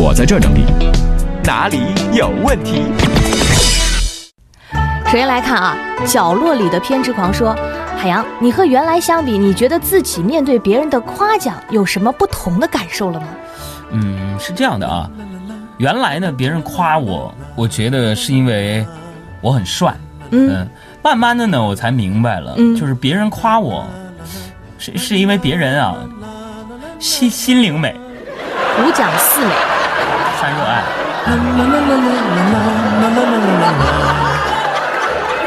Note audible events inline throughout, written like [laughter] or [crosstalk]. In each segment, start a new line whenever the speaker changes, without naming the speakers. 我在这整理，哪里有问题？
首先来看啊，角落里的偏执狂说：“海洋，你和原来相比，你觉得自己面对别人的夸奖有什么不同的感受了吗
嗯，是这样的啊，原来呢，别人夸我，我觉得是因为我很帅，？”
嗯，
嗯，慢慢的呢，我才明白了，
嗯
就是别人夸我，是是因为别人啊，心心灵美，
五讲四美。
三热爱，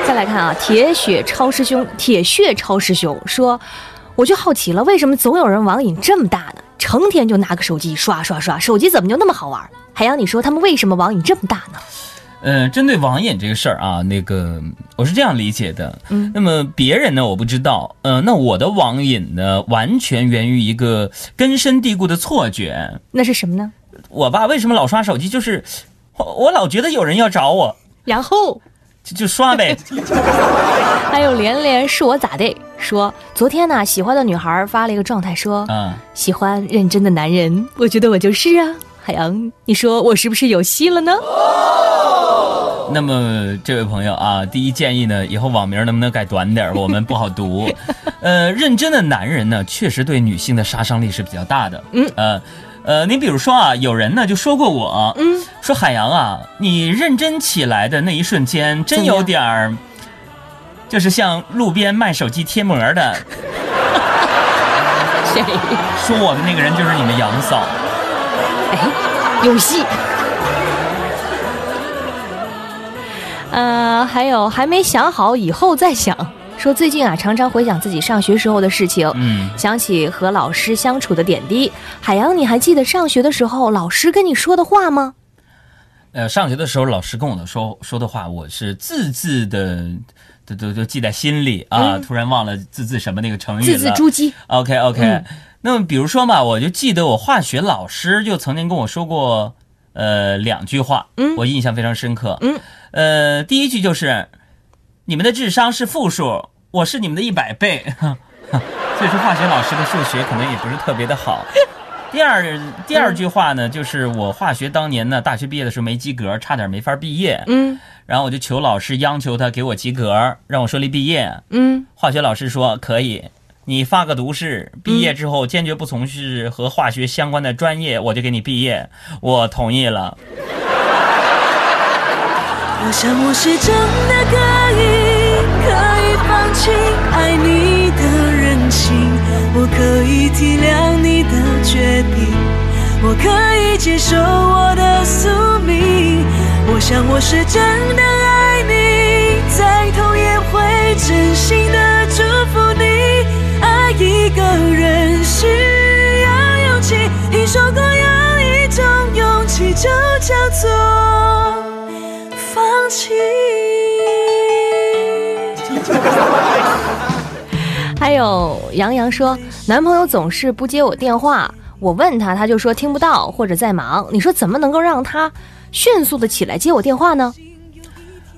再来看啊，铁血超师兄，铁血超师兄说：“我就好奇了，为什么总有人网瘾这么大呢？成天就拿个手机刷刷刷，手机怎么就那么好玩？”海洋，你说他们为什么网瘾这么大呢？
嗯，针对网瘾这个事儿啊，那个我是这样理解的。
嗯
那么别人呢，我不知道。嗯、那我的网瘾呢，完全源于一个根深蒂固的错觉。
那是什么呢？
我吧，为什么老刷手机？就是我我老觉得有人要找我，
然后
就就刷呗。
还有连连是我咋的说，昨天呢、喜欢的女孩发了一个状态说，
嗯，
喜欢认真的男人，我觉得我就是啊。海洋，你说我是不是有戏了呢？
那么这位朋友啊，第一建议呢，以后网名能不能改短点儿？我们不好读。呃，认真的男人呢，确实对女性的杀伤力是比较大的。
嗯，
呃，呃，你比如说啊，有人呢就说过我，嗯，说海洋啊，你认真起来的那一瞬间，真有点儿，就是像路边卖手机贴膜的，
谁？
说我的那个人就是你们杨嫂。
哎，有戏。呃，还有还没想好，以后再想。说最近啊，常常回想自己上学时候的事情，
嗯，
想起和老师相处的点滴。海洋，你还记得上学的时候老师跟你说的话吗？
呃，上学的时候，老师跟我的说说的话，我是字字的，都都都记在心里啊。突然忘了字字什么那个成语
嗯字字
了。
珠玑。
OK OK，、
嗯
那么比如说嘛，我就记得我化学老师就曾经跟我说过，呃，两句话，
嗯
我印象非常深刻。
嗯，
呃，第一句就是，你们的智商是负数，我是你们的一百倍。 [laughs] 所以说，化学老师的数学可能也不是特别的好。第二第二句话呢，就是我化学当年呢，大学毕业的时候没及格，差点没法毕业，
嗯
然后我就求老师央求他给我及格，让我顺利毕业。
嗯，
化学老师说可以，你发个毒誓，毕
嗯
业之后坚决不从事和化学相关的专业，我就给你毕业。我同意了。
我想我是真的可以，可以放弃爱你的任性，我可以体谅你的决定，我可以接受我的宿命。我想我是真的爱你，再痛也会真心的祝福你。爱一个人需要勇气，听说过有一种勇气就叫做。放弃。
还有杨洋说，男朋友总是不接我电话，我问他，他就说听不到或者在忙。你说怎么能够让他迅速的起来接我电话呢？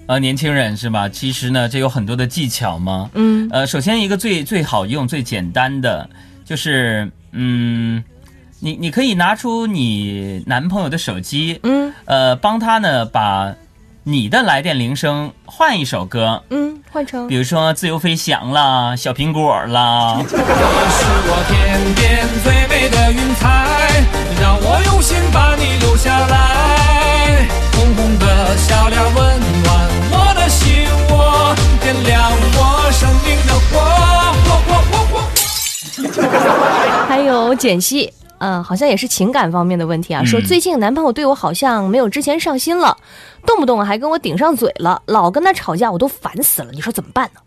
呃，年轻人是吧？其实呢，这有很多的技巧嘛。
嗯
呃，首先一个最最好用、最简单的就是，嗯，你你可以拿出你男朋友的手机，
嗯
呃，帮他呢把你的来电铃声换一首歌，
嗯，换成
比如说《自由飞翔》啦，《小苹果》啦。
是我天边最美的云彩，让我用心把你留下来。红红的小脸温暖我的心窝，点亮我生命的火火火火火。
还有简溪，嗯、好像也是情感方面的问题啊。
嗯
说最近男朋友对我好像没有之前上心了，动不动还跟我顶上嘴了，老跟他吵架，我都烦死了。你说怎么办呢？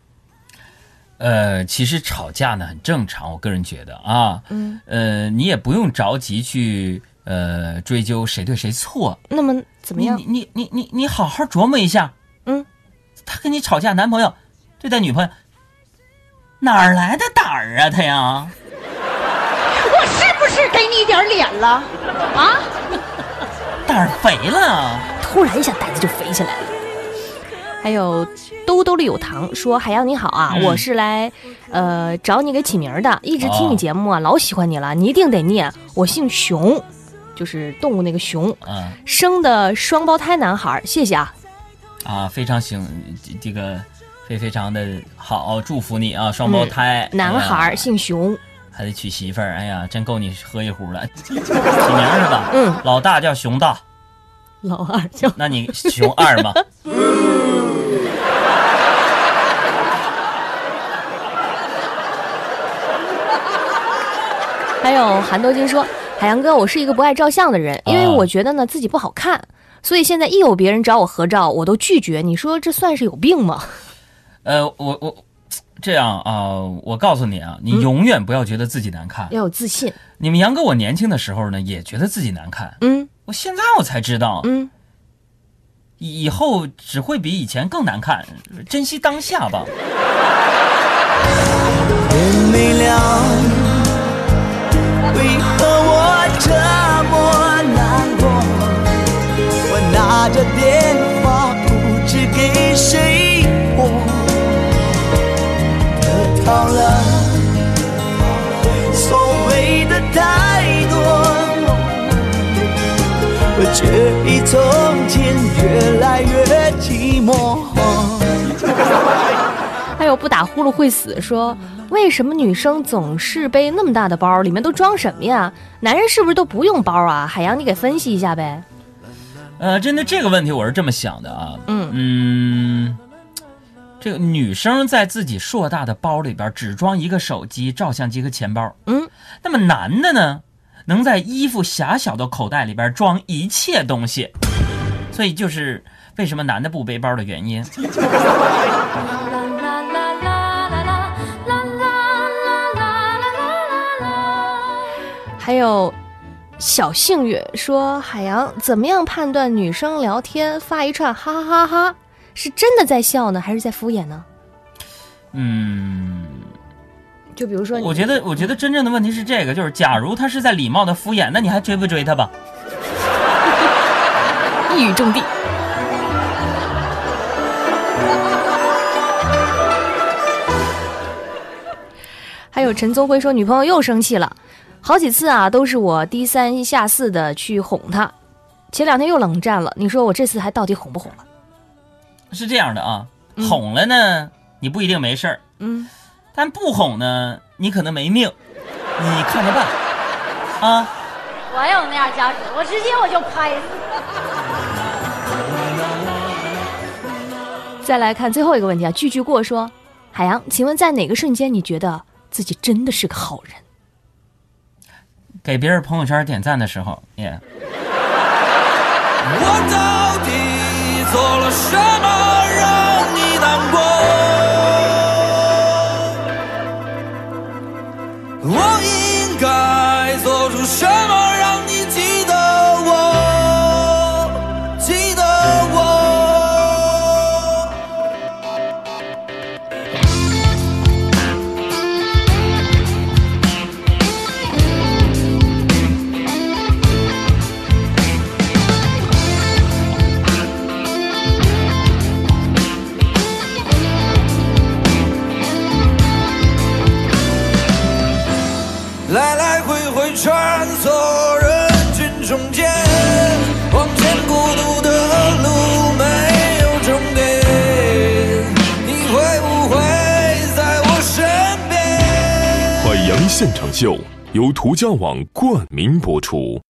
呃，其实吵架呢很正常，我个人觉得啊，嗯，呃，你也不用着急去呃追究谁对谁错，
那么怎么
你
样
你？你你你你好好琢磨一下，
嗯，
他跟你吵架，男朋友对待女朋友，哪儿来的胆儿啊他呀？
我是不是给你一点脸了？啊？
胆儿肥了。
突然一下胆子就肥起来了。还有兜兜里有糖说：“海洋你好啊，
嗯
我是来，呃，找你给起名儿的。一直听
哦
你节目啊，老喜欢你了，你一定得念我姓熊，就是动物那个熊，
嗯
生的双胞胎男孩儿，谢谢啊，
啊，非常行，这这个非非常的好，祝福你啊，双胞
嗯
胎、
男孩
哎
儿
呀
姓熊，
还得娶媳妇儿，哎呀，真够你喝一壶了。 [laughs] 起名儿是吧？
嗯，
老大叫熊大，
老二叫
那你熊二
[laughs]
嘛？
还有韩多金说：“海洋哥，我是一个不爱照相的人，因为
啊
我觉得呢自己不好看，所以现在一有别人找我合照，我都拒绝。你说这算是有病吗？
呃，我我这样啊、我告诉你啊，
嗯
你永远不要觉得自己难看。
要有自信。
你们杨哥，我年轻的时候呢，也觉得自己难看，
嗯
我现在我才知道，
嗯，
以以后只会比以前更难看，呃珍惜当下吧。
天没亮，为何我这么难过？我拿着电话不知给谁拨，得到了所谓的太多，我却比从前越来越寂寞。
还有不打呼噜会死说。”为什么女生总是背那么大的包？里面都装什么呀？男人是不是都不用包啊？海洋，你给分析一下呗。
呃，针对这个问题，我是这么想的啊，
嗯
嗯，这个女生在自己硕大的包里边只装一个手机、照相机和钱包，
嗯，
那么男的呢，能在衣服狭小的口袋里边装一切东西，所以就是为什么男的不背包的原因。
还有小幸运说：“海洋，怎么样判断女生聊天发一串哈哈哈哈是真的在笑呢，还是在敷衍呢？
嗯，
就比如说你，
我觉得，我觉得真正的问题是这个，就是假如他是在礼貌的敷衍，那你还追不追他吧？
一语中的。还有陈宗辉说，女朋友又生气了，好几次啊，都是我低三下四的去哄她，前两天又冷战了，你说我这次还到底哄不啊哄了？
是这样的啊，哄了呢，你不一定没事儿。
嗯，
但不哄呢，你可能没命，你看着办啊。
我要有那样家属，我直接我就拍死。
再来看最后一个问题啊，句句过说，海洋，请问在哪个瞬间你觉得自己真的是个好人？
给别人朋友圈点赞的时候，耶、
我到底做了什么让你难过？我应该做出什么让你记得我？记得我。来来回回穿梭人群中间，往前孤独的路没有终点。你会不会在我身边？
海洋现场秀由图家网冠名播出。